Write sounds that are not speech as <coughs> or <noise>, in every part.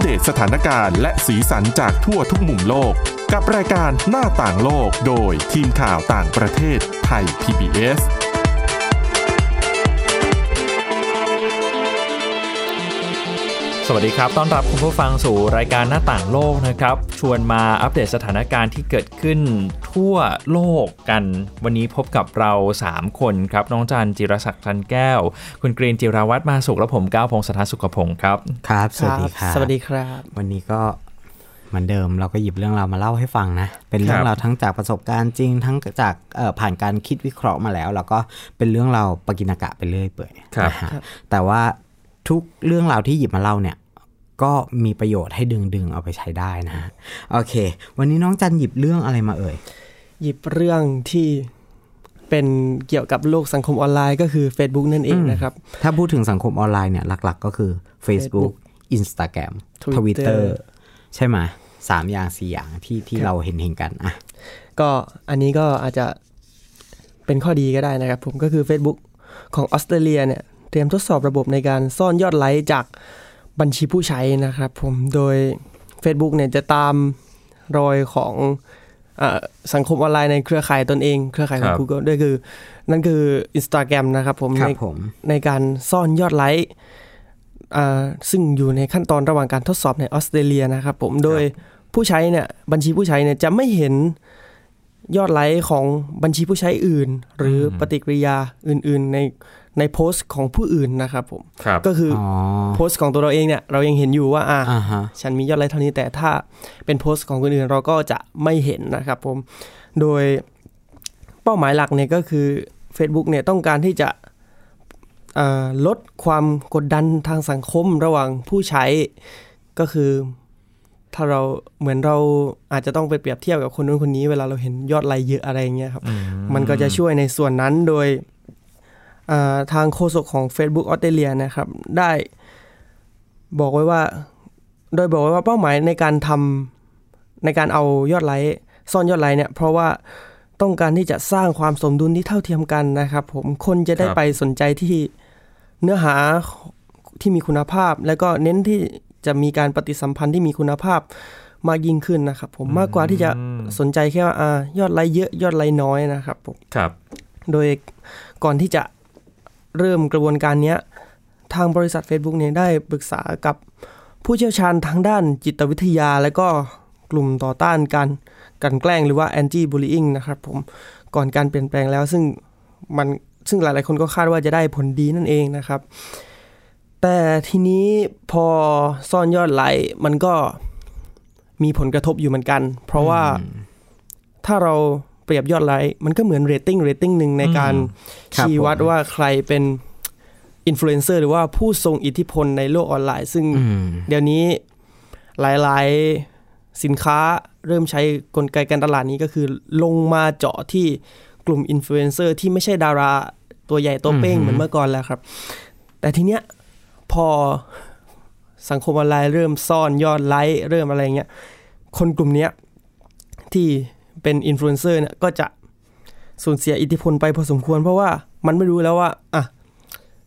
เดตสถานการณ์และสีสันจากทั่วทุกมุมโลก กับรายการหน้าต่างโลกโดยทีมข่าวต่างประเทศไทย PBS สวัสดีครับ ต้อนรับคุณผู้ฟังสู่รายการหน้าต่างโลกนะครับ ชวนมาอัปเดตสถานการณ์ที่เกิดขึ้นทั่วโลกกัน วันนี้พบกับเรา 3 คนครับ น้องจันจิรศักดิ์จันแก้ว คุณกรีนจิรวัตรมาสุขและผมก้าวพงศธรสุขพงศ์ครับ ครับ สวัสดีค ครั รั บบสวัสดีครับ วันนี้ก็เหมือนเดิมเราก็หยิบเรื่องราวมาเล่าให้ฟังนะ เป็นเรื่อ ครั ง บ ราวทั้งจากประสบการณ์จริง ทั้งจากเอ่อผ่านการคิดวิเคราะห์มาแล้ว แล้วก็เป็นเรื่องราวปากินากะไปเรื่อยเปื่อยนะฮะแต่ว่าทุกเรื่องราวที่หยิบมาเล่าเนี่ย ก็มีประโยชน์ให้ดึงดึงๆเอาไปใช้ได้นะฮะโอเค วันนี้น้องจันหยิบเรื่องอะไรมาเอ่ย หยิบเรื่องที่เป็นเกี่ยวกับโลกสังคมออนไลน์ก็คือ Facebook นั่นเองนะครับ ถ้าพูดถึงสังคมออนไลน์เนี่ยหลัก ๆ ก็คือ Facebook Facebook Instagram Twitter Twitter ใช่ไหมสามอย่างสี่อย่างที่ที่ ครับ เราเห็นเห็นๆกันอะ ก็อันนี้ก็อาจจะเป็นข้อดีก็ได้นะครับ ผมก็คือ Facebook ของออสเตรเลียเนี่ย เตรียมทดสอบระบบในการซ่อนยอดไลค์จากบัญชีผู้ใช้นะครับผมโดย Facebook เนี่ยจะตามรอยของเออสังคมออนไลน์ในเครือข่ายตนเอง เครือข่ายขคอง รับ Google ด้วยคือ นั่นคือ Instagram นะครับผม ครั ใน บผม ในการซ่อนยอดไลค์อ่าซึ่งอยู่ในขั้นตอนระหว่างการทดสอบในออสเตรเลียนะครับผม โดยผู้ใช้เนี่ยบัญชีผู้ใช้เนี่ยจะไม่เห็นยอดไลค์ของบัญชีผู้ใช้อื่น หรืออปฏิกิริยาอื่น ๆ ในในโพสต์ของผู้อื่นนะครับผม ครับ ก็คืออ อ๋อ โพสต์ของตัวเราเองเนี่ยเรายังเห็นอยู่ว่าอ่า อ่าฮะ ฉันมียอดไลค์เท่านี้แต่ถ้าเป็นโพสต์ของคนอื่นเราก็จะไม่เห็นนะครับผม โดยเป้าหมายหลักเนี่ยก็คือ Facebook เนี่ยต้องการที่จะเอ่อลดความกดดันทางสังคมระหว่างผู้ใช้ก็คือ ถ้าเราเหมือนเราอาจจะต้องไปเปรียบเทียบกับคนนู้นคนนี้ เวลาเราเห็นยอดไลค์เยอะอะไรอย่างเงี้ยครับ มันก็จะช่วยในส่วนนั้นโดยเอ่อทางโฆษกของ Facebook ออสเตรเลียนะครับ ได้บอกไว้ว่า โดยบอกไว้ว่าเป้าหมายในการทำในการเอายอดไลค์ซ่อนยอดไลค์เนี่ย เพราะว่าต้องการที่จะสร้างความสมดุลที่เท่าเทียมกันนะครับ ผมคนจะได้ ครับ ไปสนใจที่เนื้อหาที่มีคุณภาพ แล้วก็เน้นที่จะมีการปฏิสัมพันธ์ที่มีคุณภาพมากยิ่งขึ้นนะครับ ผมมากกว่าที่จะสนใจแค่ว่าอ่ายอดไลค์เยอะยอดไลค์น้อยนะครับผม ครับ โดยก่อนที่จะเริ่มกระบวนการเนี้ยทางบริษัท Facebook เนี่ยได้ปรึกษากับผู้เชี่ยวชาญทางด้านจิตวิทยา และก็กลุ่มต่อต้านการกลันแกล้งหรือว่า anti bullying นะครับผมก่อนการเปลี่ยนแปลงแล้วซึ่งมันซึ่งหลายๆคนก็คาดว่าจะได้ผลดีนั่นเองนะครับ แต่ทีนี้พอซ่อนยอดไหลค์มันก็มีผลกระทบอยู่เหมือนกัน เพราะว่า ถ้าเราเปรียบยอดไลค์มันก็เหมือนเรตติ้งเรตติ้งหนึ่งในการ ครับ ชี้วัด ผม ว่าใครเป็นอินฟลูเอนเซอร์หรือว่าผู้ทรงอิทธิพลในโลกออนไลน์ ซึ่ง อืม เดี๋ยวนี้หลายๆสินค้าเริ่มใช้กลไกการตลาดนี้ก็คือลงมาเจาะที่กลุ่มอินฟลูเอนเซอร์ที่ไม่ใช่ดาราตัวใหญ่ตัวเป้งเหมือนเมื่อก่อนแล้วครับ แต่ทีเนี้ยพอสังคมออนไลน์เริ่มซ่อนยอดไลค์เริ่มอะไรอย่างเงี้ยคนกลุ่มเนี้ย ที่เป็นอินฟลูเอนเซอร์เนี่ยก็จะสูญเสียอิทธิพลไปพอสมควร เพราะว่ามันไม่รู้แล้วว่าอ่ะ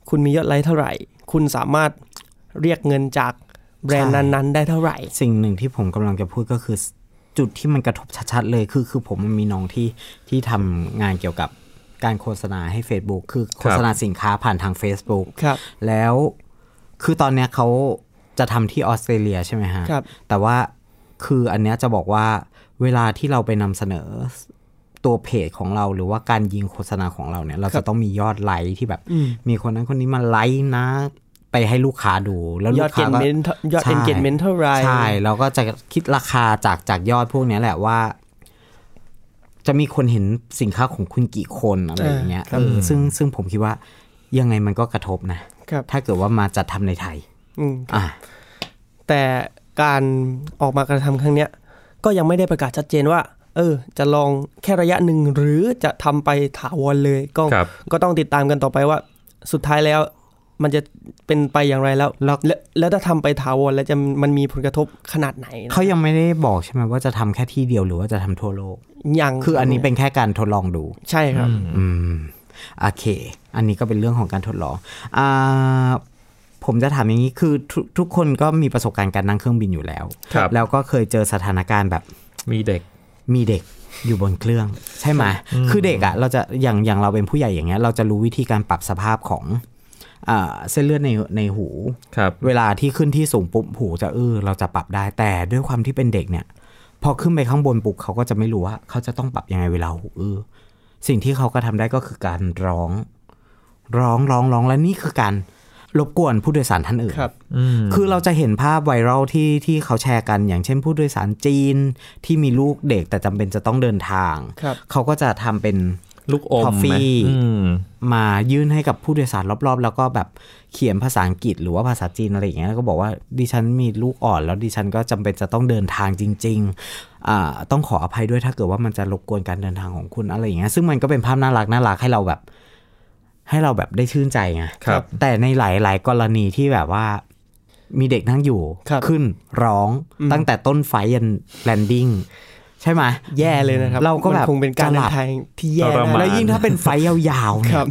คุณมียอดไลค์เท่าไหร่ คุณสามารถเรียกเงินจากแบรนด์นั้นๆ ได้เท่าไหร่ สิ่งหนึ่งที่ผมกำลังจะพูดก็คือจุดที่มันกระทบชัดๆเลยคือคือผมมันมีน้องที่ที่ทำงานเกี่ยวกับการโฆษณาให้ Facebook คือโฆษณาสินค้าผ่านทาง Facebook ครับ แล้วคือตอนเนี้ยเขาจะทำที่ออสเตรเลียใช่ไหมฮะ ครับ แต่ว่าคืออันเนี้ยจะบอกว่าเวลาที่เราไปนำเสนอตัวเพจของเราหรือว่าการยิงโฆษณาของเราเนี่ย เรา ครั จะ บ ต้องมียอดไลค์ที่แบบ มีคนนั้นคนนี้มาไลค์นะ ไปให้ลูกค้าดูแล้ว ย ลู อด กค้าก็ engagement เท่ายอด ใช่ engagement เท่าไหร่ ใช่เราก็จะคิดราคาจากจากยอดพวกเนี้ยแหละว่า จะมีคนเห็นสินค้าของคุณกี่คนอะไรอย่างเงี้ยเออซึ่งซึ่งผมคิดว่ายังไงมันก็กระทบนะ ครับ ถ้าเกิดว่ามาจัดทำในไทย อืม อ่ะ แต่การออกมากระทำครั้งเนี้ยก็ยังไม่ได้ประกาศชัดเจนว่า เออ จะลองแค่ระยะหนึ่งหรือจะทำไปถาวรเลยก็ ครับ ก็ต้องติดตามกันต่อไปว่า สุดท้ายแล้ว มันจะเป็นไปอย่างไรแล้ว แล้ว แล้วแล้วถ้าทำไปถาวรแล้วจะมันมีผลกระทบขนาดไหนนะ เขายังไม่ได้บอกใช่ไหมว่าจะทำแค่ที่เดียวหรือว่าจะทำทั่วโลก ยัง คืออันนี้เป็นแค่การทดลองดู ใช่ครับ อืม โอเค อันนี้ก็เป็นเรื่องของการทดลอง อ่า ผมจะถามอย่างนี้คือทุกทุกคนก็มีประสบการณ์การนั่งเครื่องบินอยู่แล้ว ครับ แล้วก็เคยเจอสถานการณ์แบบ มีเด็ก มีเด็กอยู่บนเครื่อง ใช่ไหมคือเด็กอะ่ะเราจะอย่างอย่างเราเป็นผู้ใหญ่อย่างเงี้ยเราจะรู้วิธีการปรับสภาพของอ่าเส้นเลือดในในหู ครับ เวลาที่ขึ้นที่สูงปุ๊บหูจะอื้อเราจะปรับได้แต่ด้วยความที่เป็นเด็กเนี่ย พอขึ้นไปข้างบนปุ๊บเขาก็จะไม่รู้ว่า เขาจะต้องปรับยังไงเวลาหูอื้อสิ่งที่เขาก็ทำได้ก็คือการร้อง ร้องร้องร้องและนี่คือการรบกวนผู้โดยสารท่านอื่น ครับ อืม คือเราจะเห็นภาพไวรัลที่ที่เขาแชร์กันอย่างเช่นผู้โดยสารจีนที่มีลูกเด็กแต่จำเป็นจะต้องเดินทาง ครับ เขาก็จะทำเป็น ลูกอมไหม Toffee อืม มายื่นให้กับผู้โดยสารรอบๆ แล้วก็แบบเขียนภาษาอังกฤษหรือว่าภาษาจีนอะไรอย่างเงี้ยแล้วก็บอกว่าดิฉันมีลูกอ่อน แล้วดิฉันก็จำเป็นจะต้องเดินทางจริงๆอ่าต้องขออภัยด้วยถ้าเกิดว่ามันจะรบกวนการเดินทางของคุณอะไรอย่างเงี้ยซึ่งมันก็เป็นภาพน่ารักน่ารักให้เราแบบ ให้เราแบบได้ชื่นใจไง ครับ แต่ในหลาย ๆ กรณีที่แบบว่ามีเด็กนั่งอยู่ ครับ ขึ้นร้อง อืม ตั้งแต่ต้นไฟยันแลนดิ้งใช่ไหม แย่เลยนะครับ เราก็แบบ มันคงเป็นการ จะห เดิ ลับ นทางที่แย่ ทรม นะ แล้วยิ่งถ้าเป็นไฟยาวๆเนี่ ค ย รับ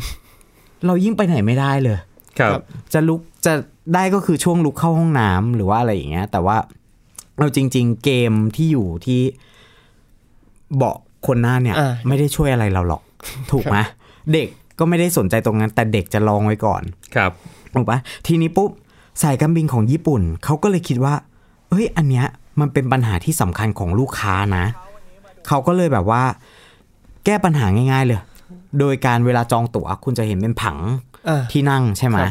เรายิ่งไปไหนไม่ได้เลย ครับ จะลุกจะได้ก็คือช่วงลุกเข้าห้องน้ำหรือว่าอะไรอย่างเงี้ย แต่ว่าเอาจริง ๆ เกมที่อยู่ที่เบาะคนหน้าเนี่ย อ่า ไม่ได้ช่วยอะไรเราหรอก ถู <laughs> กไหมเด็กก็ไม่ได้สนใจตรงนั้น แต่เด็กจะลองไว้ก่อน ครับ ถูกปะทีนี้ปุ๊บสายการบินของญี่ปุ่นเขาก็เลยคิดว่า เอ้ย อันเนี้ยมันเป็นปัญหาที่สำคัญของลูกค้านะ เขาก็เลยแบบว่า แก้ปัญหาง่าย ๆ เลย โดยการเวลาจองตั๋วคุณจะเห็นเป็นผัง อ่า ที่นั่งใช่ไหม ครับ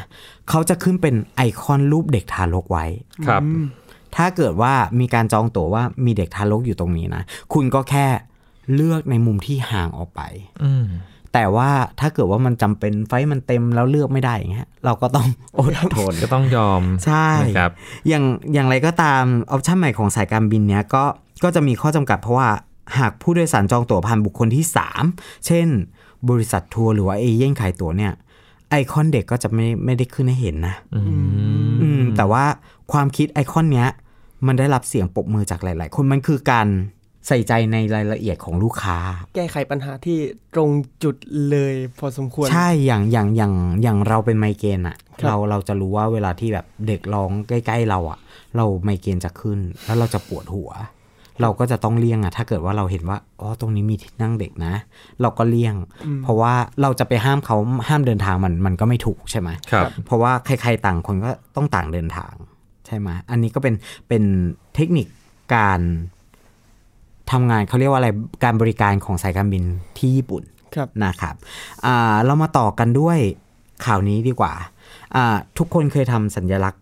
เขาจะขึ้นเป็นไอคอนรูปเด็กทารกไว้ ครับ ถ้าเกิดว่ามีการจองตั๋วว่ามีเด็กทารกอยู่ตรงนี้นะ คุณก็แค่เลือกในมุมที่ห่างออกไป อืม แต่ว่าถ้าเกิดว่ามันจำเป็นไฟล์มันเต็มแล้วเลือกไม่ได้อย่างเงี้ย เราก็ต้อง <laughs> อดทน ก็ต้องยอม ใช่ นะครับ อย่างอย่างไรก็ตามออปชันใหม่ของสายการบินเนี้ยก็ก็จะมีข้อจำกัดเพราะว่าหากผู้โดยสารจองตั๋วผ่านบุคคลที่ 3 เช่น บริษัททัวร์หรือว่าเอเย่นขายตั๋วเนี่ยไอคอนเด็กก็จะไม่ไม่ได้ขึ้นให้เห็นนะ อืม อืมแต่ว่าความคิดไอคอนเนี้ย มันได้รับเสียงปรบมือจากหลาย ๆ คนมันคือการใส่ใจในรายละเอียดของลูกค้า แก้ไขปัญหาที่ตรงจุดเลยพอสมควร ใช่อย่างอย่างอย่างอย่างเราเป็นไมเกรนอะ ครับ เราเราจะรู้ว่าเวลาที่แบบเด็กร้องใกล้ ๆ เราอะเราไมเกรนจะขึ้น แล้วเราจะปวดหัว เราก็จะต้องเลี่ยงอะถ้าเกิดว่าเราเห็นว่าอ๋อตรงนี้มีที่นั่งเด็กนะ เราก็เลี่ยง เพราะว่าเราจะไปห้ามเขาห้ามเดินทางมันมันก็ไม่ถูกใช่ไหม ครับ เพราะว่าใครๆต่างคนก็ต้องต่างเดินทางใช่ไหมอันนี้ก็เป็นเป็นเทคนิคการทำงานเขาเรียกว่าอะไรการบริการของสายการบินที่ญี่ปุ่น ครับ นะครับอ่าเรามาต่อกันด้วยข่าวนี้ดีกว่าอ่า ทุกคนเคยทำสัญญลักษณ์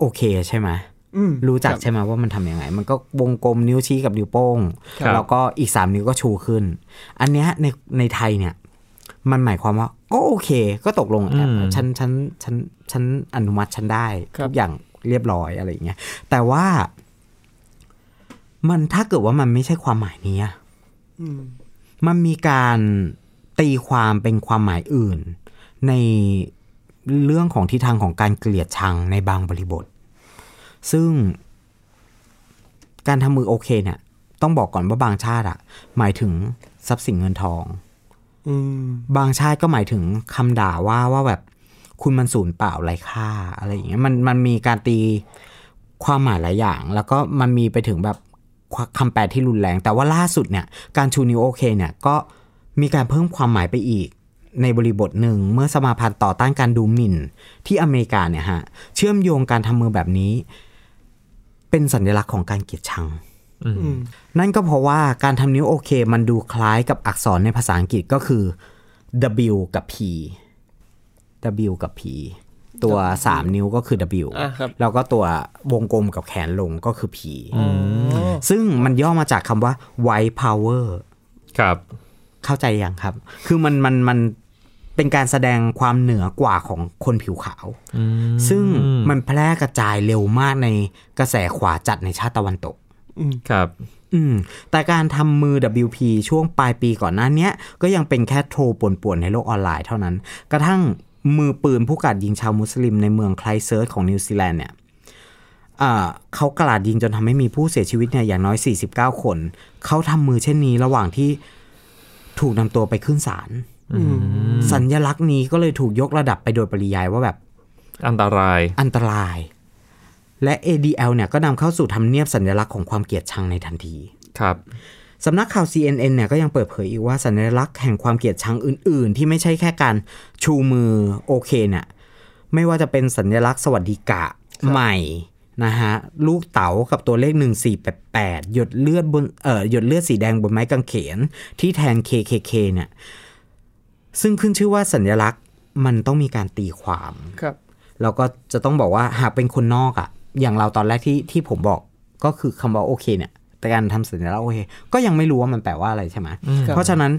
โอเคใช่ไหม อืม รู้จัก ครับ ใช่ไหมว่ามันทำยังไง มันก็วงกลมนิ้วชี้กับนิ้วโป้ง ครับ แล้วก็อีก 3 นิ้วก็ชูขึ้น อันเนี้ยในในไทยเนี่ย มันหมายความว่าก็โอเค ก็ตกลง อืม ฉันฉันฉันฉันอนุมัติฉันได้ ครับ ทุกอย่างเรียบร้อยอะไรอย่างเงี้ยแต่ว่า มันถ้าเกิดว่ามันไม่ใช่ความหมายนี้อะ อืม มันมีการตีความเป็นความหมายอื่น ในเรื่องของทิศทางของการเกลียดชังในบางบริบท ซึ่ง การทำมือโอเคเนี่ย ต้องบอกก่อนว่าบางชาติอะหมายถึงทรัพย์สินเงินทอง อืม บางชาติก็หมายถึงคำด่าว่าว่าแบบคุณมันสูญเปล่าไร้ค่าอะไรอย่างเงี้ยมันมันมีการตีความหมายหลายอย่าง แล้วก็มันมีไปถึงแบบคำแปลที่รุนแรง แต่ว่าล่าสุดเนี่ยการชูนิ้วโอเคเนี่ยก็มีการเพิ่มความหมายไปอีก ในบริบทหนึ่งเมื่อสมาพันธ์ต่อต้านการดูหมิ่น ที่อเมริกาเนี่ยฮะเชื่อมโยงการทำมือแบบนี้ เป็นสัญลักษณ์ของการเกลียดชัง อืม นั่นก็เพราะว่าการทำนิ้วโอเค มันดูคล้ายกับอักษรในภาษาอังกฤษก็คือ W กับ P W กับ P ตัว 3 นิ้วก็คือ W อ่ะครับ แล้วก็ตัววงกลมกับแขนลงก็คือ P ซึ่งมันย่อมาจากคำว่า white power ครับ เข้าใจยังครับ คือมันมันมันเป็นการแสดงความเหนือกว่าของคนผิวขาว ซึ่งมันแพร่กระจายเร็วมากในกระแสขวาจัดในชาติตะวันตก ครับ อืมแต่การทำมือ WP ช่วงปลายปีก่อนหน้าเนี้ย ก็ยังเป็นแค่โทรป่วนๆในโลกออนไลน์เท่านั้น กระทั่งมือปืนผู้กราดยิงชาวมุสลิมในเมืองไคลเซิร์ชของนิวซีแลนด์เนี่ยอ่าเขากราดยิงจนทำให้มีผู้เสียชีวิตเนี่ยอย่างน้อย 49 คน เขาทำมือเช่นนี้ระหว่างที่ถูกนำตัวไปขึ้นศาล อืม สัญลักษณ์นี้ก็เลยถูกยกระดับไปโดยปริยายว่าแบบ อันตราย อันตราย และ ADL เนี่ยก็นำเข้าสู่ทำเนียบสัญลักษณ์ของความเกลียดชังในทันที ครับ สำนักข่าว CNN เนี่ยก็ยังเปิดเผยอีกว่าสัญลักษณ์แห่งความเกลียดชังอื่น ๆ ที่ไม่ใช่แค่การชูมือโอเคเนี่ยไม่ว่าจะเป็นสัญลักษณ์สวัสดิกะใหม่นะฮะลูกเต๋ากับตัวเลข 1488 หยดเลือดบนเอ่อหยดเลือดสีแดงบนไม้กางเขน ที่แทน KKK เนี่ยซึ่งขึ้นชื่อว่าสัญลักษณ์มันต้องมีการตีความ ครับ แล้วก็จะต้องบอกว่าหากเป็นคนนอกอะ่ะ อย่างเราตอนแรกที่ที่ผมบอกก็คือคำว่าโอเคเนี่ย แต่การทำสัญลักษณ์โอเค ก็ยังไม่รู้ว่ามันแปลว่าอะไรใช่ไหม ครับ เพราะฉะนั้น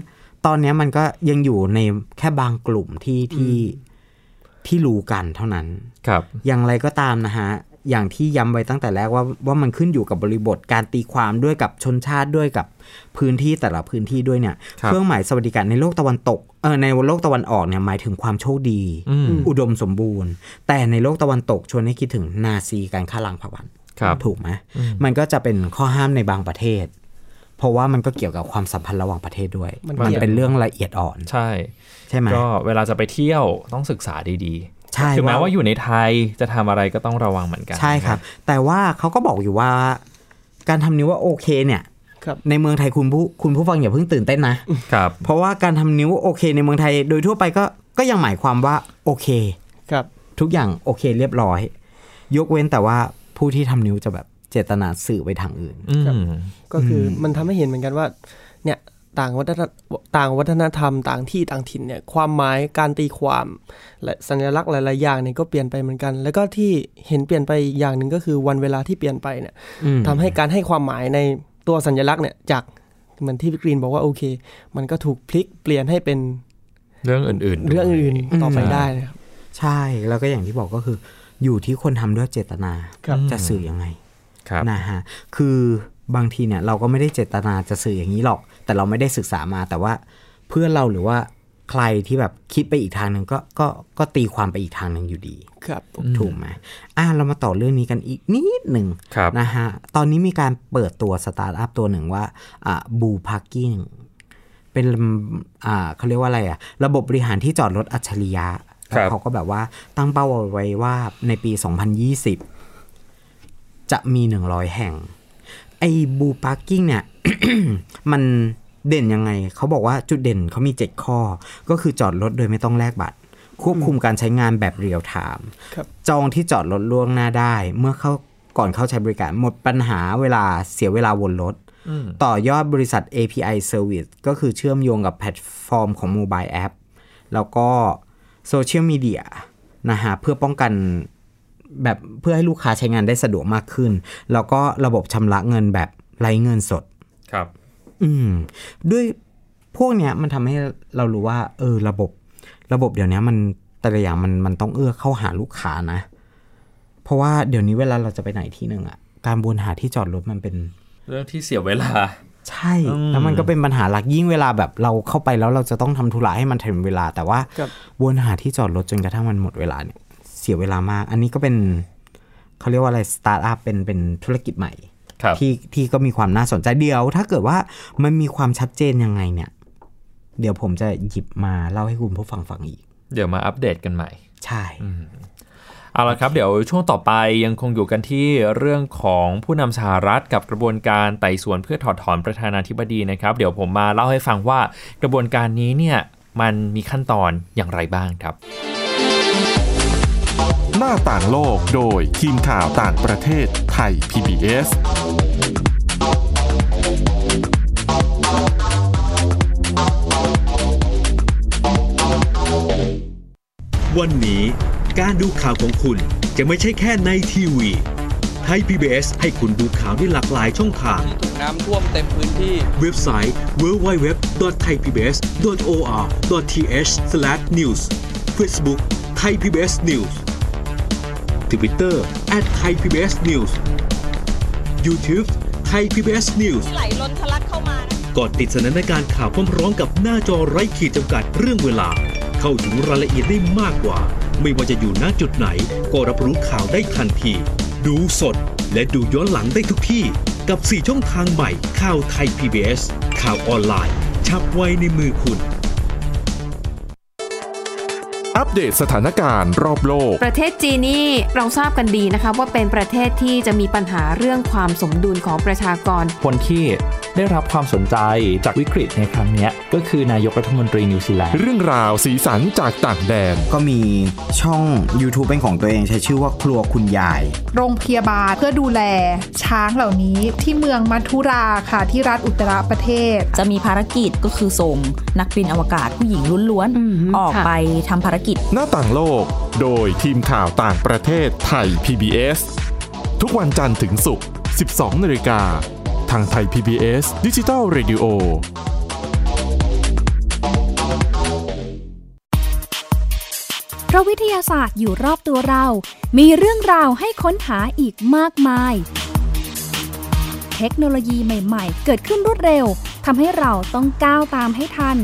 ตอนเนี้ยมันก็ยังอยู่ในแค่บางกลุ่มที่ที่ที่รู้กันเท่านั้น ครับ อย่างไรก็ตามนะฮะ อย่างที่ย้ำไว้ตั้งแต่แรกว่าว่ามันขึ้นอยู่กับบริบทการตีความด้วยกับชนชาติด้วยกับพื้นที่แต่ละพื้นที่ด้วยเนี่ย ครับ เครื่องหมายสวัสดิการในโลกตะวันตก เออในโลกตะวันออกเนี่ยหมายถึงความโชคดี อืม อุดมสมบูรณ์ แต่ในโลกตะวันตกชวนให้คิดถึงนาซีการฆ่าล้างเผ่าพันธุ์ ครับ ถูกไหมมันก็จะเป็นข้อห้ามในบางประเทศ เพราะว่ามันก็เกี่ยวกับความสัมพันธ์ระหว่างประเทศด้วย มัน มันเป็นเรื่องละเอียดอ่อน ใช่ ใช่ไหม ก็เวลาจะไปเที่ยวต้องศึกษาดี ใช่ ๆถึงแม้ ว่า ว่าอยู่ในไทยจะทำอะไรก็ต้องระวังเหมือนกัน ใช่ครับ แต่ว่าเขาก็บอกอยู่ว่า การทำนิ้วว่าโอเคเนี่ย ครับ ในเมืองไทยคุณผู้คุณผู้ฟังอย่าเพิ่งตื่นเต้นนะ ครับ เพราะว่าการทำนิ้วโอเค ในเมืองไทยโดยทั่วไปก็ก็ยังหมายความว่าโอเค ครับ ทุกอย่างโอเคเรียบร้อย ยกเว้นแต่ว่าผู้ที่ทำนิ้วจะแบบเจตนาสื่อไปทางอื่น อืม ก็คืออมันทำให้เห็นเหมือนกันว่าเนี่ยต่างวัฒนต่างวัฒนธรรมต่างที่ต่างถิ่นเนี่ยความหมายการตีความและสัญลักษณ์หลายๆอย่างเนี่ยก็เปลี่ยนไปเหมือนกัน แล้วก็ที่เห็นเปลี่ยนไปอีกอย่างหนึ่งก็คือวันเวลาที่เปลี่ยนไปเนี่ย อืม ทำให้การให้ความหมายในตัวสัญลักษณ์เนี่ยจากเหมือนที่พี่กรีนบอกว่าโอเค มันก็ถูกพลิกเปลี่ยนให้เป็น เรื่องอื่นๆด้วย เรื่องอื่นต่อไปได้นะครับ ใช่แล้วก็อย่างที่บอกก็คือ อยู่ที่คนทำด้วยเจตนา ครับ จะสื่อยังไง ครับ นะฮะคือบางทีเนี่ยเราก็ไม่ได้เจตนาจะสื่ออย่างนี้หรอก แต่เราไม่ได้ศึกษามาแต่ว่าเพื่อนเราหรือว่าใครที่แบบคิดไปอีกทางหนึ่งก็ก็ก็ตีความไปอีกทางหนึ่งอยู่ดี ครับผม ถูกไหมอ่ะเรามาต่อเรื่องนี้กันอีกนิดหนึ่ง ครับ นะฮะ ตอนนี้มีการเปิดตัวสตาร์ทอัพตัวหนึ่งว่าอ่าบูพาร์กิ้งเป็นอ่าเขาเรียกว่าอะไรอะระบบบริหารที่จอดรถอัจฉริยะ ครับ เขาก็แบบว่าตั้งเป้าเอาไว้ว่าในปี 2020 จะมี 100 แห่ง ไอ้บูพาร์กิ้งเนี่ย <coughs> มันเด่นยังไง เขาบอกว่าจุดเด่นเขามี 7 ข้อ ก็คือจอดรถโดยไม่ต้องแลกบัตร ควบคุมการใช้งานแบบเรียลไทม์ ครับ จองที่จอดรถล่วงหน้าได้ เมื่อเข้าก่อนเข้าใช้บริการหมดปัญหาเวลาเสียเวลาวนรถ ต่อยอดบริษัท API Service ก็คือเชื่อมโยงกับแพลตฟอร์มของ Mobile App แล้วก็โซเชียลมีเดียนะฮะเพื่อป้องกัน แบบเพื่อให้ลูกค้าใช้งานได้สะดวกมากขึ้น แล้วก็ระบบชำระเงินแบบไร้เงินสด ครับ อืมด้วยพวกเนี้ยมันทำให้เรารู้ว่า เออระบบ ระบบเดี๋ยวเนี้ยมันแต่ละอย่างมันมันต้องเอื้อเข้าหาลูกค้านะ เพราะว่าเดี๋ยวนี้เวลาเราจะไปไหนที่หนึ่งอะการวนหาที่จอดรถมันเป็น เรื่องที่เสียเวลา ใช่ แล้วมันก็เป็นปัญหาหลักยิ่งเวลาแบบเราเข้าไปแล้วเราจะต้องทำธุระให้มันถึงเวลา แต่ว่า ครับ วนหาที่จอดรถจนกระทั่งมันหมดเวลาเนี่ย เสียเวลามาก อันนี้ก็เป็นเขาเรียกว่าอะไรสตาร์ทอัพเป็นเป็นธุรกิจใหม่ ครับ ที่ที่ก็มีความน่าสนใจเดียว ถ้าเกิดว่ามันมีความชัดเจนยังไงเนี่ย เดี๋ยวผมจะหยิบมาเล่าให้คุณผู้ฟังฟังอีก เดี๋ยวมาอัปเดตกันใหม่ ใช่ เอาละครับเดี๋ยวช่วงต่อไปยังคงอยู่กันที่เรื่องของผู้นำสหรัฐกับกระบวนการไต่สวนเพื่อถอดถอนประธานาธิบดีนะครับ เดี๋ยวผมมาเล่าให้ฟังว่ากระบวนการนี้เนี่ยมันมีขั้นตอนอย่างไรบ้างครับ หน้าต่างโลกโดยทีมข่าวต่างประเทศไทย PBS วันนี้การดูข่าวของคุณจะไม่ใช่แค่ในทีวีไทย PBS ให้คุณดูข่าวได้หลากหลายช่องทาง ถูกน้ำท่วมเต็มพื้นที่ เว็บไซต์ www.thaipbs.or.th/news Facebook Thai PBS News Twitter @thaipbsnews YouTube Thai PBS News ไหลล้นทะลักเข้ามา ก่อนติดสนันการข่าวพร้อมๆกับหน้าจอไร้ขีดจำกัดเรื่องเวลา เข้าถึงรายละเอียดได้มากกว่า ไม่ว่าจะอยู่ณจุดไหน ก็รับรู้ข่าวได้ทันที ดูสดและดูย้อนหลังได้ทุกที่ กับ 4 ช่องทางใหม่ข่าวไทย PBS ข่าวออนไลน์ ชับไว้ในมือคุณ อัปเดตสถานการณ์รอบโลก ประเทศจีนนี่เราทราบกันดีนะคะว่าเป็นประเทศที่จะมีปัญหาเรื่องความสมดุลของประชากร คนที่ได้รับความสนใจจากวิกฤตในครั้งเนี้ยก็คือนายกรัฐมนตรีนิวซีแลนด์ เรื่องราวสีสันจากต่างแดน ก็มีช่อง YouTube เป็นของตัวเองใช้ชื่อว่าครัวคุณยาย โรงพยาบาลเพื่อดูแลช้างเหล่านี้ที่เมืองมัทุราค่ะที่รัฐอุตตรประเทศ จะมีภารกิจก็คือส่งนักบินอวกาศผู้หญิงล้วน อืม ๆ ออก ค่ะ ไปทำภารกิจ หน้าต่างโลก โดยทีมข่าวต่างประเทศไทย PBS ทุกวันจันทร์ถึงศุกร์ 12 นาฬิกา ทางไทย PBS ดิจิทัล Radio เพราะวิทยาศาสตร์อยู่รอบตัวเรา มีเรื่องราวให้ค้นหาอีกมากมาย เทคโนโลยีใหม่ ๆ เกิดขึ้นรวดเร็ว ทำให้เราต้องก้าวตามให้ทัน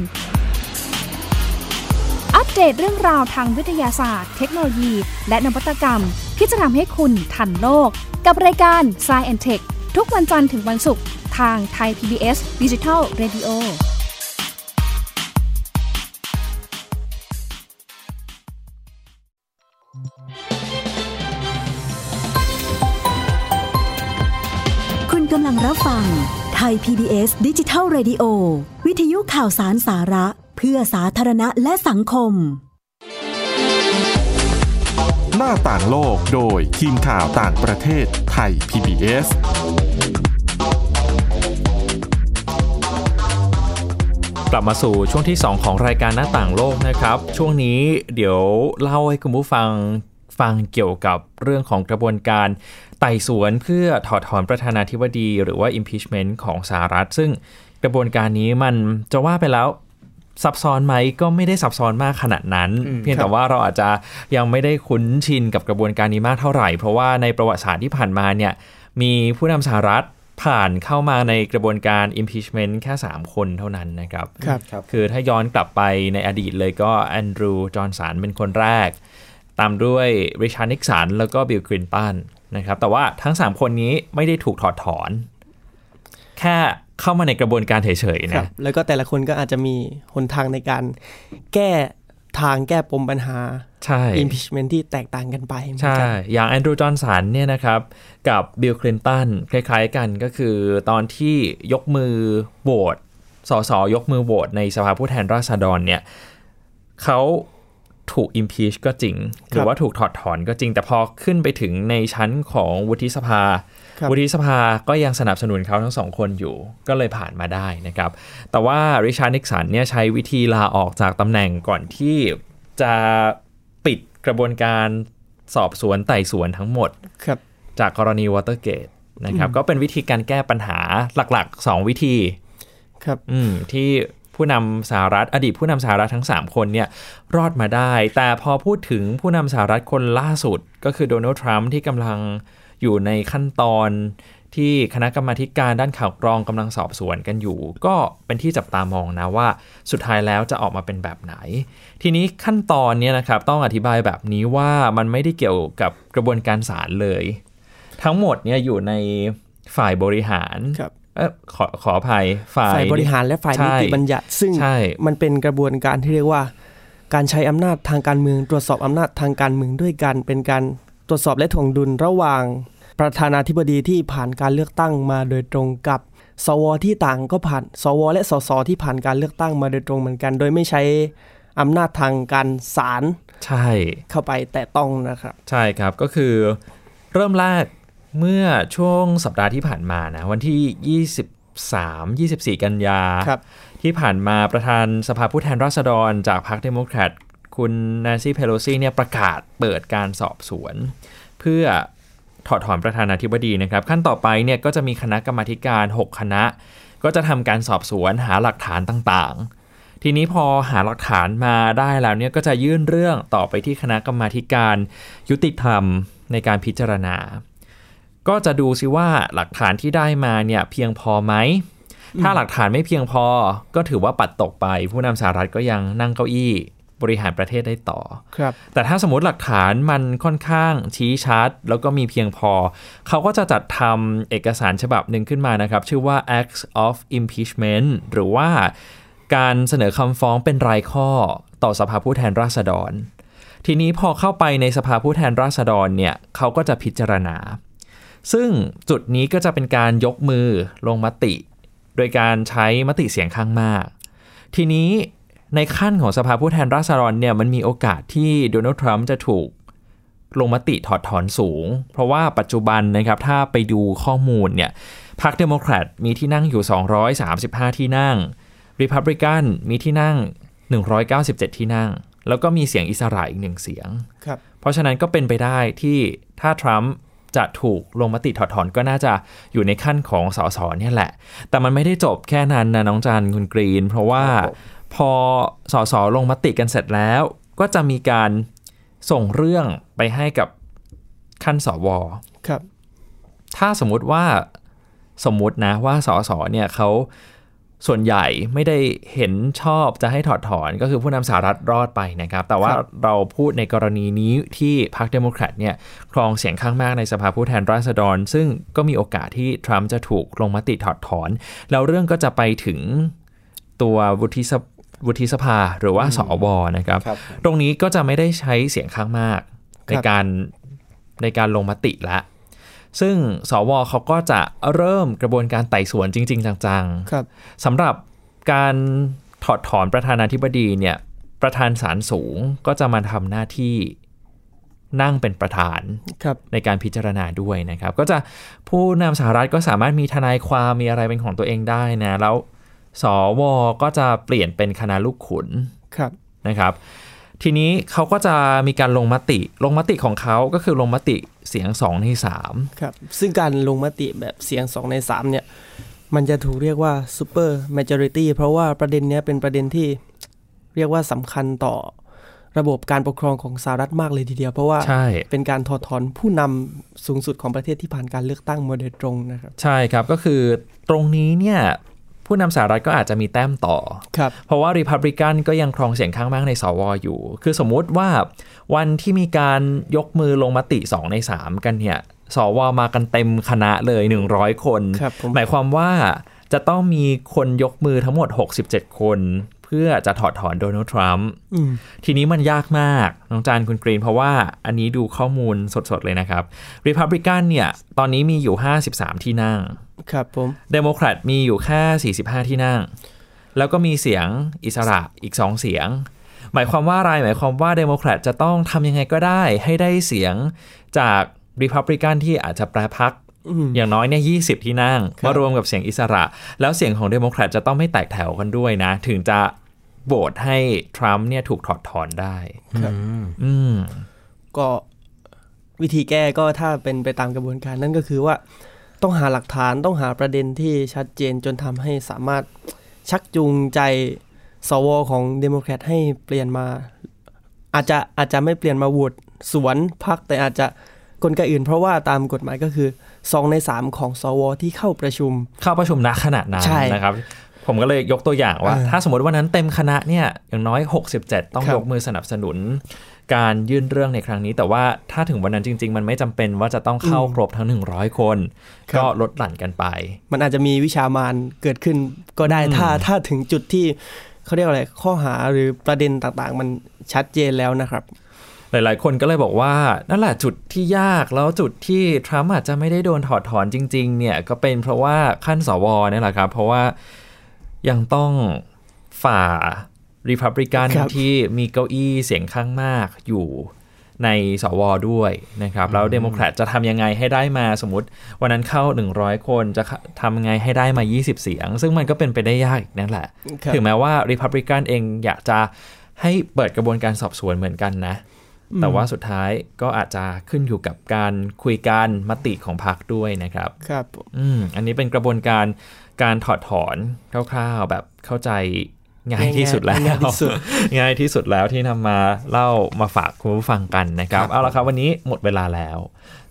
อัปเดตเรื่องราวทางวิทยาศาสตร์ เทคโนโลยี และนวัตกรรม ที่จะทำให้คุณทันโลก กับรายการ s c i e n t e c h ทุกวันจันทร์ถึงวันศุกร์ ทางไทย PBS Digital Radio คุณกำลังรับฟังไทย PBS ดิจิทัล Radio วิทยุข่าวสารสาระ เพื่อสาธารณะและสังคม หน้าต่างโลกโดยทีมข่าวต่างประเทศไทย PBS กลับมาสู่ช่วงที่ 2 ของรายการหน้าต่างโลกนะครับ ช่วงนี้เดี๋ยวเล่าให้คุณผู้ฟังฟังเกี่ยวกับเรื่องของกระบวนการไต่สวนเพื่อถอดถอนประธานาธิบดีหรือว่า impeachment ของสหรัฐ ซึ่งกระบวนการนี้มันจะว่าไปแล้วซับซ้อนไหมก็ไม่ได้ซับซ้อนมากขนาดนั้น เพียงแต่ว่าเราอาจจะยังไม่ได้คุ้นชินกับกระบวนการนี้มากเท่าไหร่ เพราะว่าในประวัติศาสตร์ที่ผ่านมาเนี่ยมีผู้นำสหรัฐผ่านเข้ามาในกระบวนการ impeachment แค่ 3 คนเท่านั้นนะครับ ครับ คือถ้าย้อนกลับไปในอดีตเลยก็แอนดรูว์จอห์นสันเป็นคนแรก ตามด้วยริชาร์ดนิกสันแล้วก็บิลคลินตันนะครับแต่ว่าทั้ง 3 คนนี้ไม่ได้ถูกถอดถอน แค่เข้ามาในกระบวนการเฉยๆ ครับ นะ แล้วก็แต่ละคนก็อาจจะมีหนทางในการแก้ทางแก้ปมปัญหา ใช่ impeachment ที่แตกต่างกันไปเหมือน ใช่ กัน อย่างแอนดรูว์จอห์นสันเนี่ยนะครับ กับบิลคลินตันคล้ายๆกันก็คือตอนที่ยกมือโหวตสสยกมือโหวตในสภาผู้แทนราษฎรเนี่ยเขาถูก impeach ก็จริง หรือว่าถูกถอดถอนก็จริง แต่พอขึ้นไปถึงในชั้นของวุฒิสภา ครับ วุฒิสภาก็ยังสนับสนุนเขาทั้งสองคนอยู่ก็เลยผ่านมาได้นะครับ แต่ว่าริชาร์ดนิกสันเนี่ยใช้วิธีลาออกจากตำแหน่งก่อนที่จะปิดกระบวนการสอบสวนไต่สวนทั้งหมด ครับ จากกรณีวอเตอร์เกตนะครับก็เป็นวิธีการแก้ปัญหาหลักๆ 2 วิธี ครับ อืมที่ผู้นำสหรัฐอดีตผู้นำสหรัฐทั้ง 3 คนเนี่ยรอดมาได้ แต่พอพูดถึงผู้นำสหรัฐคนล่าสุดก็คือโดนัลด์ทรัมป์ที่กำลังอยู่ในขั้นตอนที่คณะกรรมาธิการด้านข่าวกรองกำลังสอบสวนกันอยู่ ก็เป็นที่จับตามองนะว่าสุดท้ายแล้วจะออกมาเป็นแบบไหน ทีนี้ขั้นตอนเนี้นะครับต้องอธิบายแบบนี้ว่ามันไม่ได้เกี่ยวกับกระบวนการศาลเลย ทั้งหมดเนี่ยอยู่ในฝ่ายบริหาร ครับ เออขอขออภัยฝ่าย ฝ่ายบริหารและฝ่าย ใช่ นิติบัญญัติ ซึ่ง ใช่ มันเป็นกระบวนการที่เรียกว่า การใช้อำนาจทางการเมืองตรวจสอบอำนาจทางการเมืองด้วยกัน เป็นการตรวจสอบและถ่วงดุลระหว่าง ประธานาธิบดีที่ผ่านการเลือกตั้งมาโดยตรงกับ สวที่ต่างก็ผ่าน สว และสสที่ผ่านการเลือกตั้งมาโดยตรงเหมือนกัน โดยไม่ใช้อำนาจทางการศาล ใช่ เข้าไปแตะต้องนะครับ ใช่ครับก็คือเริ่มแรกเมื่อช่วงสัปดาห์ที่ผ่านมานะวันที่ 23 24 กันยา ครับ ที่ผ่านมาประธานสภาผู้แทนราษฎรจากพรรคเดโมแครตคุณน a นซี่เพโลซีเนี่ยประกาศเปิดการสอบสวน เพื่อถอดถอนประธานาธิบดีนะครับ ขั้นต่อไปเนี่ยก็จะมีคณะกรรมาธิการ 6 คณะ ก็จะทำการสอบสวนหาหลักฐานต่างๆ ทีนี้พอหาหลักฐานมาได้แล้วเนี่ยก็จะยื่นเรื่องต่อไปที่คณะกรรมาธิการยุติธรรมในการพิจารณา ก็จะดูซิว่าหลักฐานที่ได้มาเนี่ยเพียงพอไหม ถ้าหลักฐานไม่เพียงพอก็ถือว่าปัดตกไป ผู้นำสหรัฐก็ยังนั่งเก้าอี้บริหารประเทศได้ต่อ ครับ แต่ถ้าสมมติหลักฐานมันค่อนข้างชี้ชัด แล้วก็มีเพียงพอ เขาก็จะจัดทำเอกสารฉบับหนึ่งขึ้นมานะครับ ชื่อว่า acts of impeachment หรือว่าการเสนอคำฟ้องเป็นรายข้อต่อสภาผู้แทนราษฎร ทีนี้พอเข้าไปในสภาผู้แทนราษฎรเนี่ยเขาก็จะพิจารณา ซึ่งจุดนี้ก็จะเป็นการยกมือลงมติ โดยการใช้มติเสียงข้างมาก ทีนี้ในขั้นของสภาผู้แทนราษฎรเนี่ยมันมีโอกาสที่โดนัลด์ทรัมป์จะถูกลงมติถอดถอนสูง เพราะว่าปัจจุบันนะครับถ้าไปดูข้อมูลเนี่ยพรรคเดโมแครตมีที่นั่งอยู่ 235 ที่นั่งริพับริกันมีที่นั่ง 197 ที่นั่ง แล้วก็มีเสียงอิสระอีกหนึ่งเสียง ครับ เพราะฉะนั้นก็เป็นไปได้ที่ถ้าทรัมป์จะถูกลงมติถอดถอนก็น่าจะอยู่ในขั้นของสสเนี่ยแหละ แต่มันไม่ได้จบแค่นั้นนะน้องจันคุณกรีน เพราะว่าพอสสลงมติกันเสร็จแล้ว ก็จะมีการส่งเรื่องไปให้กับขั้นสว ครับ ถ้าสมมุติว่าสมมุตินะว่าสสเนี่ยเขาส่วนใหญ่ไม่ได้เห็นชอบจะให้ถอดถอนก็คือผู้นำสหรัฐรอดไปนะครับ แต่ว่า ครับ เราพูดในกรณีนี้ที่พรรคเดโมแครตเนี่ยครองเสียงข้างมากในสภาผู้แทนราษฎร ซึ่งก็มีโอกาสที่ทรัมป์จะถูกลงมติถอดถอน แล้วเรื่องก็จะไปถึงตัววุฒิสภวุฒิสภาหรือว่าสวนะครับ ครับ ตรงนี้ก็จะไม่ได้ใช้เสียงข้างมากใน ครับ การในการลงมติละ ซึ่งสวเขาก็จะเริ่มกระบวนการไต่สวนจริง ๆ จัง ครับ ๆสำหรับการถอดถอนประธานาธิบดีเนี่ยประธานศาลสูงก็จะมาทำหน้าที่นั่งเป็นประธาน ครับ ในการพิจารณาด้วยนะครับ ก็จะผู้นำสหรัฐก็สามารถมีทนายความมีอะไรเป็นของตัวเองได้นะ แล้วสวก็จะเปลี่ยนเป็นคณะลูกขุน ครับ นะครับทีนี้เขาก็จะมีการลงมติ ลงมติของเขาก็คือลงมติเสียง 2 ใน ครับ ซึ่งการลงมติแบบเสียง 2 ใน 3 เนี่ย มันจะถูกเรียกว่า super majority เพราะว่าประเด็นเนี้ยเป็นประเด็นที่เรียกว่าสำคัญต่อระบบการปกครองของสหรัฐมากเลยทีเดียว เพราะว่า 3 ใช่ เป็นการถอดถอนผู้นำสูงสุดของประเทศที่ผ่านการเลือกตั้งมาโดยตรงนะครับ ใช่ครับ ก็คือตรงนี้เนี่ย ผู้นำสหรัฐก็อาจจะมีแต้มต่อ ครับ เพราะว่ารีพับลิกันก็ยังครองเสียงข้างมากในสวอยู่ คือสมมุติว่าวันที่มีการยกมือลงมติ 2 ใน 3 กันเนี่ยสวมากันเต็มคณะเลย 100 คน ครับผม หมายความว่าจะต้องมีคนยกมือทั้งหมด 67 คน เพื่อจะถอดถอนโดนัลด์ทรัมป์ อืม ทีนี้มันยากมาก น้องจานคุณกรีน เพราะว่าอันนี้ดูข้อมูลสดๆ เลยนะครับ Republican เนี่ย ตอนนี้มีอยู่ 53 ที่นั่ง ครับผม Democrat มีอยู่แค่ 45 ที่นั่ง แล้วก็มีเสียงอิสระอีก 2 เสียง หมายความว่าอะไร หมายความว่า Democrat จะต้องทำยังไงก็ได้ ให้ได้เสียงจาก Republican ที่อาจจะแปรพัก อืม อย่างน้อยเนี่ยยีที่นั่ง ครับ มารวมกับเสียงอิสระ แล้วเสียงของเดโมแครตจะต้องไม่แตกแถวกันด้วยนะ ถึงจะโหวตให้ทรัมป์เนี่ยถูกถอดถอนได้ ครับ อืม ก็วิธีแก้ก็ถ้าเป็นไปตามกระบวนการนั่นก็คือว่าต้องหาหลักฐานต้องหาประเด็นที่ชัดเจนจนทำให้สามารถชักจูงใจสวของเดโมแครตให้เปลี่ยนมา อาจจะอาจจะไม่เปลี่ยนมาโหวตสวนพัก แต่อาจจะกลไกอื่น เพราะว่าตามกฎหมายก็คือสองในสามของสวที่เข้าประชุม เข้าประชุมณขณะนั้น ใช่ นะครับ ผมก็เลยยกตัวอย่างว่า เออ ถ้าสมมติวันนั้นเต็มคณะเนี่ยอย่างน้อย 67 ต้อง ครับ ยกมือสนับสนุน การยื่นเรื่องในครั้งนี้ แต่ว่าถ้าถึงวันนั้นจริง ๆ มันไม่จำเป็นว่าจะต้องเข้าครบทั้ง 100 คน ก็ลดหลั่นกันไป มันอาจจะมีวิชามานเกิดขึ้นก็ได้ อืม ถ้าถ้าถึงจุดที่เขาเรียกว่าอะไรข้อหาหรือประเด็นต่างๆ มันชัดเจนแล้วนะครับ หลาย ๆ คนก็เลยบอกว่านั่นแหละจุดที่ยากแล้วจุดที่ทรัมป์อาจจะไม่ได้โดนถอดถอนจริง ๆ เนี่ยก็เป็นเพราะว่าขั้นสวเนี่ยแหละครับ เพราะว่ายังต้องฝ่ารีพับริกัน ครับ ที่มีเก้าอี้เสียงข้างมากอยู่ในสวด้วยนะครับ แล้วเดโมแครตจะทำยังไงให้ได้มาสมมติ วันนั้นเข้า 100 คนจะทำไงให้ได้มา 20 เสียง ซึ่งมันก็เป็นไปได้ยากอีกนั่นแหละ ครับ ถึงแม้ว่าริพับลิกันเองอยากจะให้เปิดกระบวนการสอบสวนเหมือนกันนะ แต่ว่าสุดท้ายก็อาจจะขึ้นอยู่กับการคุยกันมติของพรรคด้วยนะครับ ครับ อืมอันนี้เป็นกระบวนการการถอดถอนคร่าวๆ แบบเข้าใจง่ายที่สุดแล้ว ง่ายที่สุด <laughs> ง่ายที่สุดแล้วที่นำมาเล่ามาฝากคุณผู้ฟังกันนะครับ เอาละครับวันนี้หมดเวลาแล้ว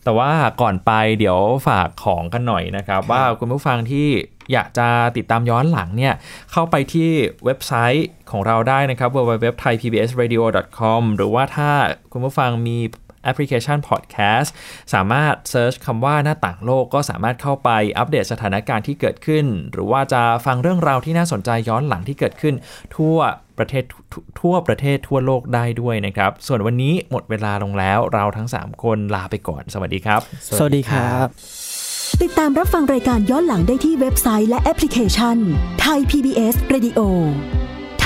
แต่ว่าก่อนไปเดี๋ยวฝากของกันหน่อยนะครับ ว่าคุณผู้ฟังที่อยากจะติดตามย้อนหลังเนี่ยเข้าไปที่เว็บไซต์ของเราได้นะครับ www.thaipbsradio.com หรือว่าถ้าคุณผู้ฟังมี แอปพลิเคชัน Podcast สามารถเซิร์ชคำว่าหน้าต่างโลกก็สามารถเข้าไปอัปเดตสถานการณ์ที่เกิดขึ้น หรือว่าจะฟังเรื่องราวที่น่าสนใจย้อนหลังที่เกิดขึ้น ทั่วประเทศทั่วทั่วประเทศทั่วโลกได้ด้วยนะครับ ส่วนวันนี้หมดเวลาลงแล้วเราทั้ง 3 คนลาไปก่อน สวัสดีครับ สวัสดีครับ ติดตามรับฟังรายการย้อนหลังได้ที่เว็บไซต์และแอปพลิเคชันไทย PBS Radio ไท